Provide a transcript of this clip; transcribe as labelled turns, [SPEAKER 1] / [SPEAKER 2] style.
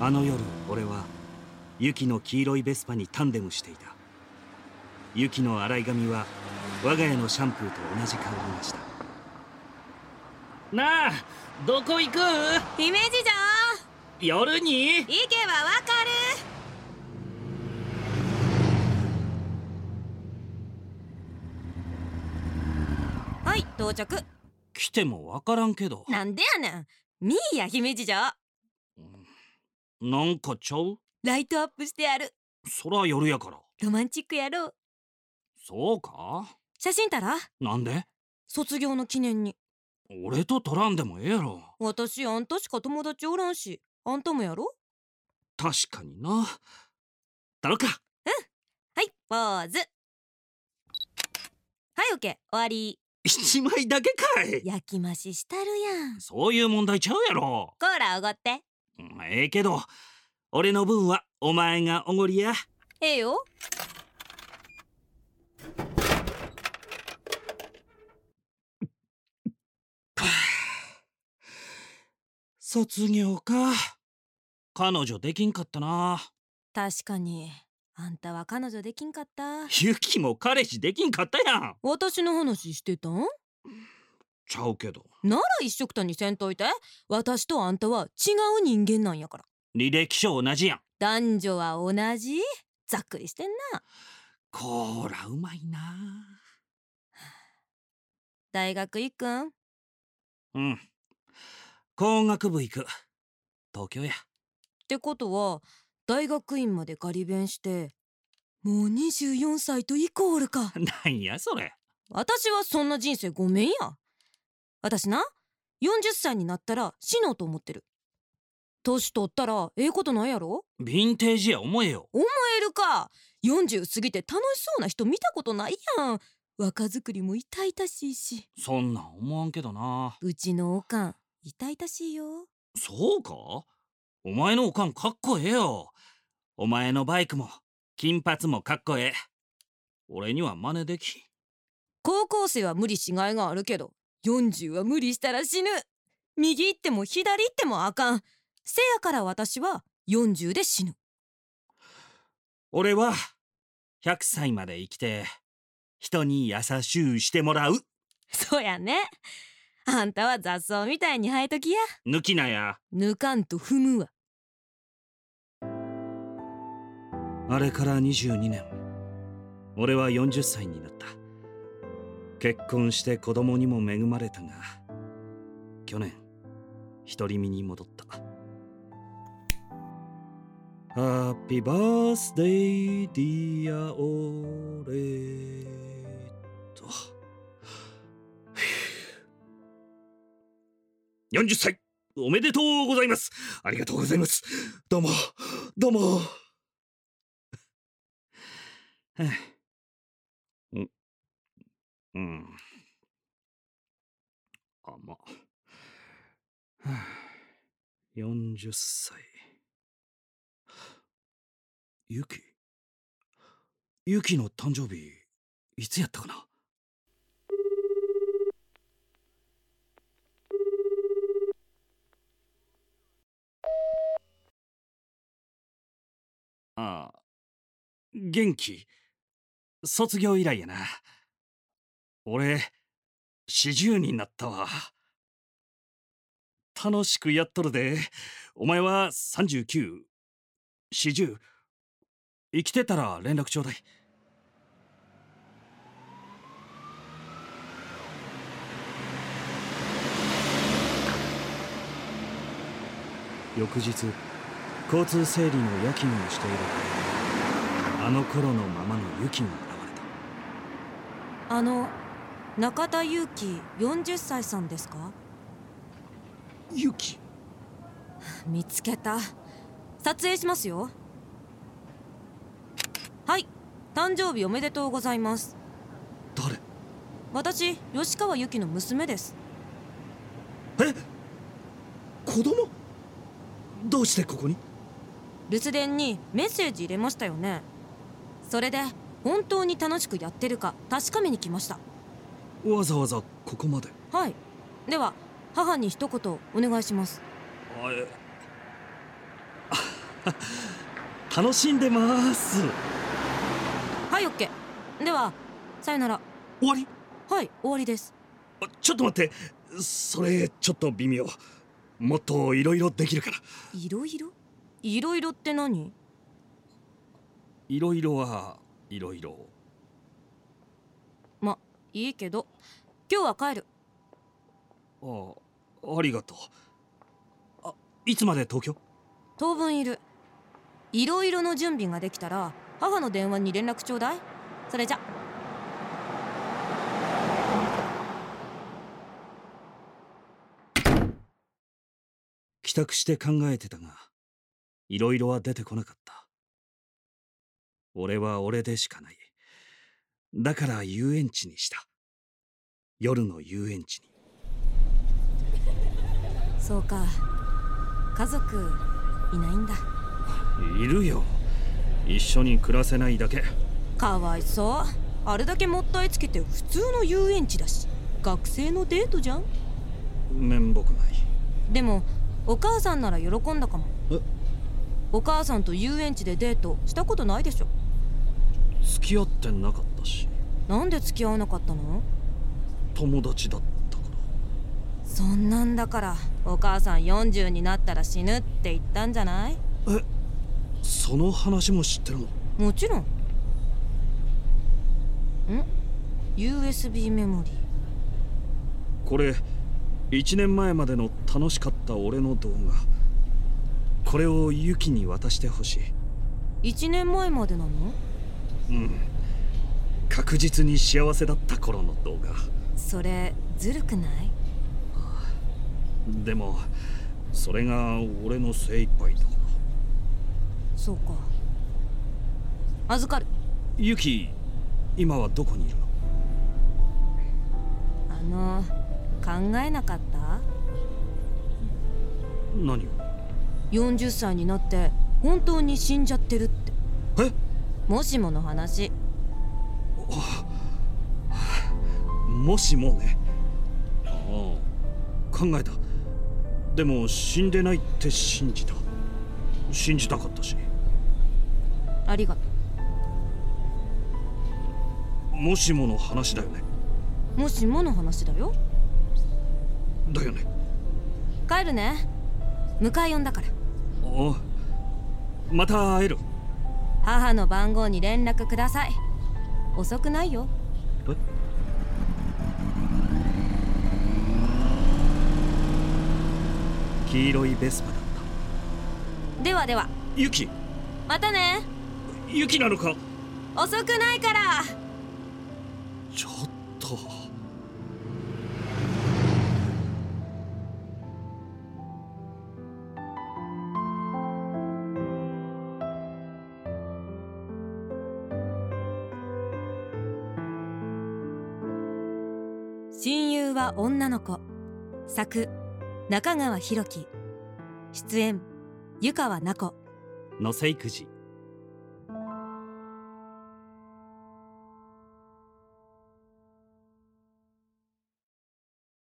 [SPEAKER 1] あの夜俺はユキの黄色いベスパにタンデムしていたユキの洗い髪は我が家のシャンプーと同じ香りがした
[SPEAKER 2] なあどこ行く
[SPEAKER 3] 姫路城
[SPEAKER 2] 夜に
[SPEAKER 3] 行けばわかるはい到着
[SPEAKER 2] 来てもわからんけど
[SPEAKER 3] なんでやねんミーや姫路城
[SPEAKER 2] なんかちゃう
[SPEAKER 3] ライトアップしてある
[SPEAKER 2] そら夜やから
[SPEAKER 3] ロマンチックやろう
[SPEAKER 2] そうか
[SPEAKER 3] 写真たら
[SPEAKER 2] なんで
[SPEAKER 3] 卒業の記念に
[SPEAKER 2] 俺と取らんでもええやろ
[SPEAKER 3] 私あんたしか友達おらんしあんたもやろ
[SPEAKER 2] 確かになだろか
[SPEAKER 3] はいポーズはいオッケー終わり
[SPEAKER 2] 一枚だけかい
[SPEAKER 3] 焼き増ししたるやん
[SPEAKER 2] そういう問題ちゃうやろ
[SPEAKER 3] コーラおごって
[SPEAKER 2] うんええけど俺の分はお前がおごりや
[SPEAKER 3] ええよ
[SPEAKER 2] 卒業か彼女できんかったな
[SPEAKER 3] 確かにあんたは彼女できんかった
[SPEAKER 2] ユキも彼氏できんかったやん
[SPEAKER 3] 私の話してたん
[SPEAKER 2] ちゃうけど
[SPEAKER 3] なら一緒くたにせんといて私とあんたは違う人間なんやから
[SPEAKER 2] 履歴書同じやん
[SPEAKER 3] 男女は同じざっくりしてんな
[SPEAKER 2] こらうまいな
[SPEAKER 3] 大学行くん
[SPEAKER 2] うん工学部行く東京や
[SPEAKER 3] ってことは大学院までガリ勉してもう24歳とイコールか
[SPEAKER 2] なんやそれ
[SPEAKER 3] 私はそんな人生ごめんや私な40歳になったら死のうと思ってる年取ったらええことないやろ
[SPEAKER 2] ヴィンテージや思えよ
[SPEAKER 3] えるか40過ぎて楽しそうな人見たことないやん若作りも痛々しいし
[SPEAKER 2] そんなん思わんけどな
[SPEAKER 3] うちのおかん痛々しいよ
[SPEAKER 2] そうかお前のおかんかっこええよお前のバイクも金髪もかっこええ俺には真似できん
[SPEAKER 3] 高校生は無理しがいがあるけど40は無理したら死ぬ右行っても左行ってもあかんせやから私は40で死ぬ
[SPEAKER 2] 俺は100歳まで生きて人に優しゅうしてもらう
[SPEAKER 3] そやねあんたは雑草みたいに生えときや
[SPEAKER 2] 抜きなや
[SPEAKER 3] 抜かんと踏むわ
[SPEAKER 2] あれから22年俺は40歳になった結婚して子供にも恵まれたが去年独り身に戻ったハッピーバースデーディアオレと40歳おめでとうございますありがとうございますどうもどうもはあう、うん。あ、まあ。はあ、40歳。ゆきゆきの誕生日、いつやったかなああ、元気。卒業以来やな。俺、四十になったわ。楽しくやっとるで。お前は三十九、四十。生きてたら連絡ちょうだい。
[SPEAKER 1] 翌日交通整理の夜勤をしているとあの頃のままのユキが現れた
[SPEAKER 3] あの中田裕樹40歳さんですか
[SPEAKER 2] ユキ
[SPEAKER 3] 見つけた撮影しますよはい誕生日おめでとうございます
[SPEAKER 2] 誰
[SPEAKER 3] 私吉川由紀の娘です
[SPEAKER 2] え子供どうしてここに
[SPEAKER 3] 留守電にメッセージ入れましたよねそれで本当に楽しくやってるか確かめに来ました
[SPEAKER 2] わざわざここまで。
[SPEAKER 3] はいでは母に一言お願いします
[SPEAKER 2] あえあ楽しんでます
[SPEAKER 3] はいオッケーではさよなら
[SPEAKER 2] 終わり
[SPEAKER 3] はい終わりです
[SPEAKER 2] あちょっと待ってそれちょっと微妙もっといろいろできるから
[SPEAKER 3] いろいろいろいろって何
[SPEAKER 2] いろいろはいろいろ
[SPEAKER 3] まいいけど今日は帰る
[SPEAKER 2] ああありがとうあいつまで東京
[SPEAKER 3] 当分いるいろいろの準備ができたら母の電話に連絡ちょうだいそれじゃ
[SPEAKER 2] 帰宅して考えてたがいろいろは出てこなかった俺は俺でしかないだから遊園地にした夜の遊園地に
[SPEAKER 3] そうか家族いないんだ
[SPEAKER 2] いるよ一緒に暮らせないだけ
[SPEAKER 3] かわいそうあれだけもったいつけて普通の遊園地だし学生のデートじゃん
[SPEAKER 2] 面目ない
[SPEAKER 3] でもお母さんなら喜んだかも
[SPEAKER 2] え
[SPEAKER 3] お母さんと遊園地でデートしたことないでしょ
[SPEAKER 2] 付き合ってなかったし
[SPEAKER 3] なんで付き合わなかったの
[SPEAKER 2] 友達だったから
[SPEAKER 3] そんなんだからお母さん40になったら死ぬって言ったんじゃない
[SPEAKER 2] その話も知ってるの
[SPEAKER 3] もちろんん USB メモリー
[SPEAKER 2] これ1年前までの楽しかった俺の動画これをユキに渡してほし
[SPEAKER 3] 1年前までなの
[SPEAKER 2] いうん確実に幸せだった頃の動画
[SPEAKER 3] それずるくない
[SPEAKER 2] でもそれが俺の精一杯だから
[SPEAKER 3] そうか預かる
[SPEAKER 2] ユキ今はどこにいるの
[SPEAKER 3] あの考えなかった
[SPEAKER 2] 何を
[SPEAKER 3] 40歳になって本当に死んじゃってるって
[SPEAKER 2] え
[SPEAKER 3] もしもの話
[SPEAKER 2] もしもねああ考えたでも死んでないって信じた信じたかったし
[SPEAKER 3] ありがと
[SPEAKER 2] もしもの話だよね
[SPEAKER 3] うもしもの話だよ
[SPEAKER 2] だよね
[SPEAKER 3] 帰るね迎え呼んだから
[SPEAKER 2] ああまた会える
[SPEAKER 3] 母の番号に連絡ください遅くないよ
[SPEAKER 2] え
[SPEAKER 1] 黄色いベスパだっ
[SPEAKER 3] ではでは
[SPEAKER 2] ユキ
[SPEAKER 3] またね
[SPEAKER 2] ユキなのか
[SPEAKER 3] 遅くないから
[SPEAKER 2] ちょっと
[SPEAKER 3] 親友は女の子作中川博樹出演湯川奈子
[SPEAKER 1] たのせいくじ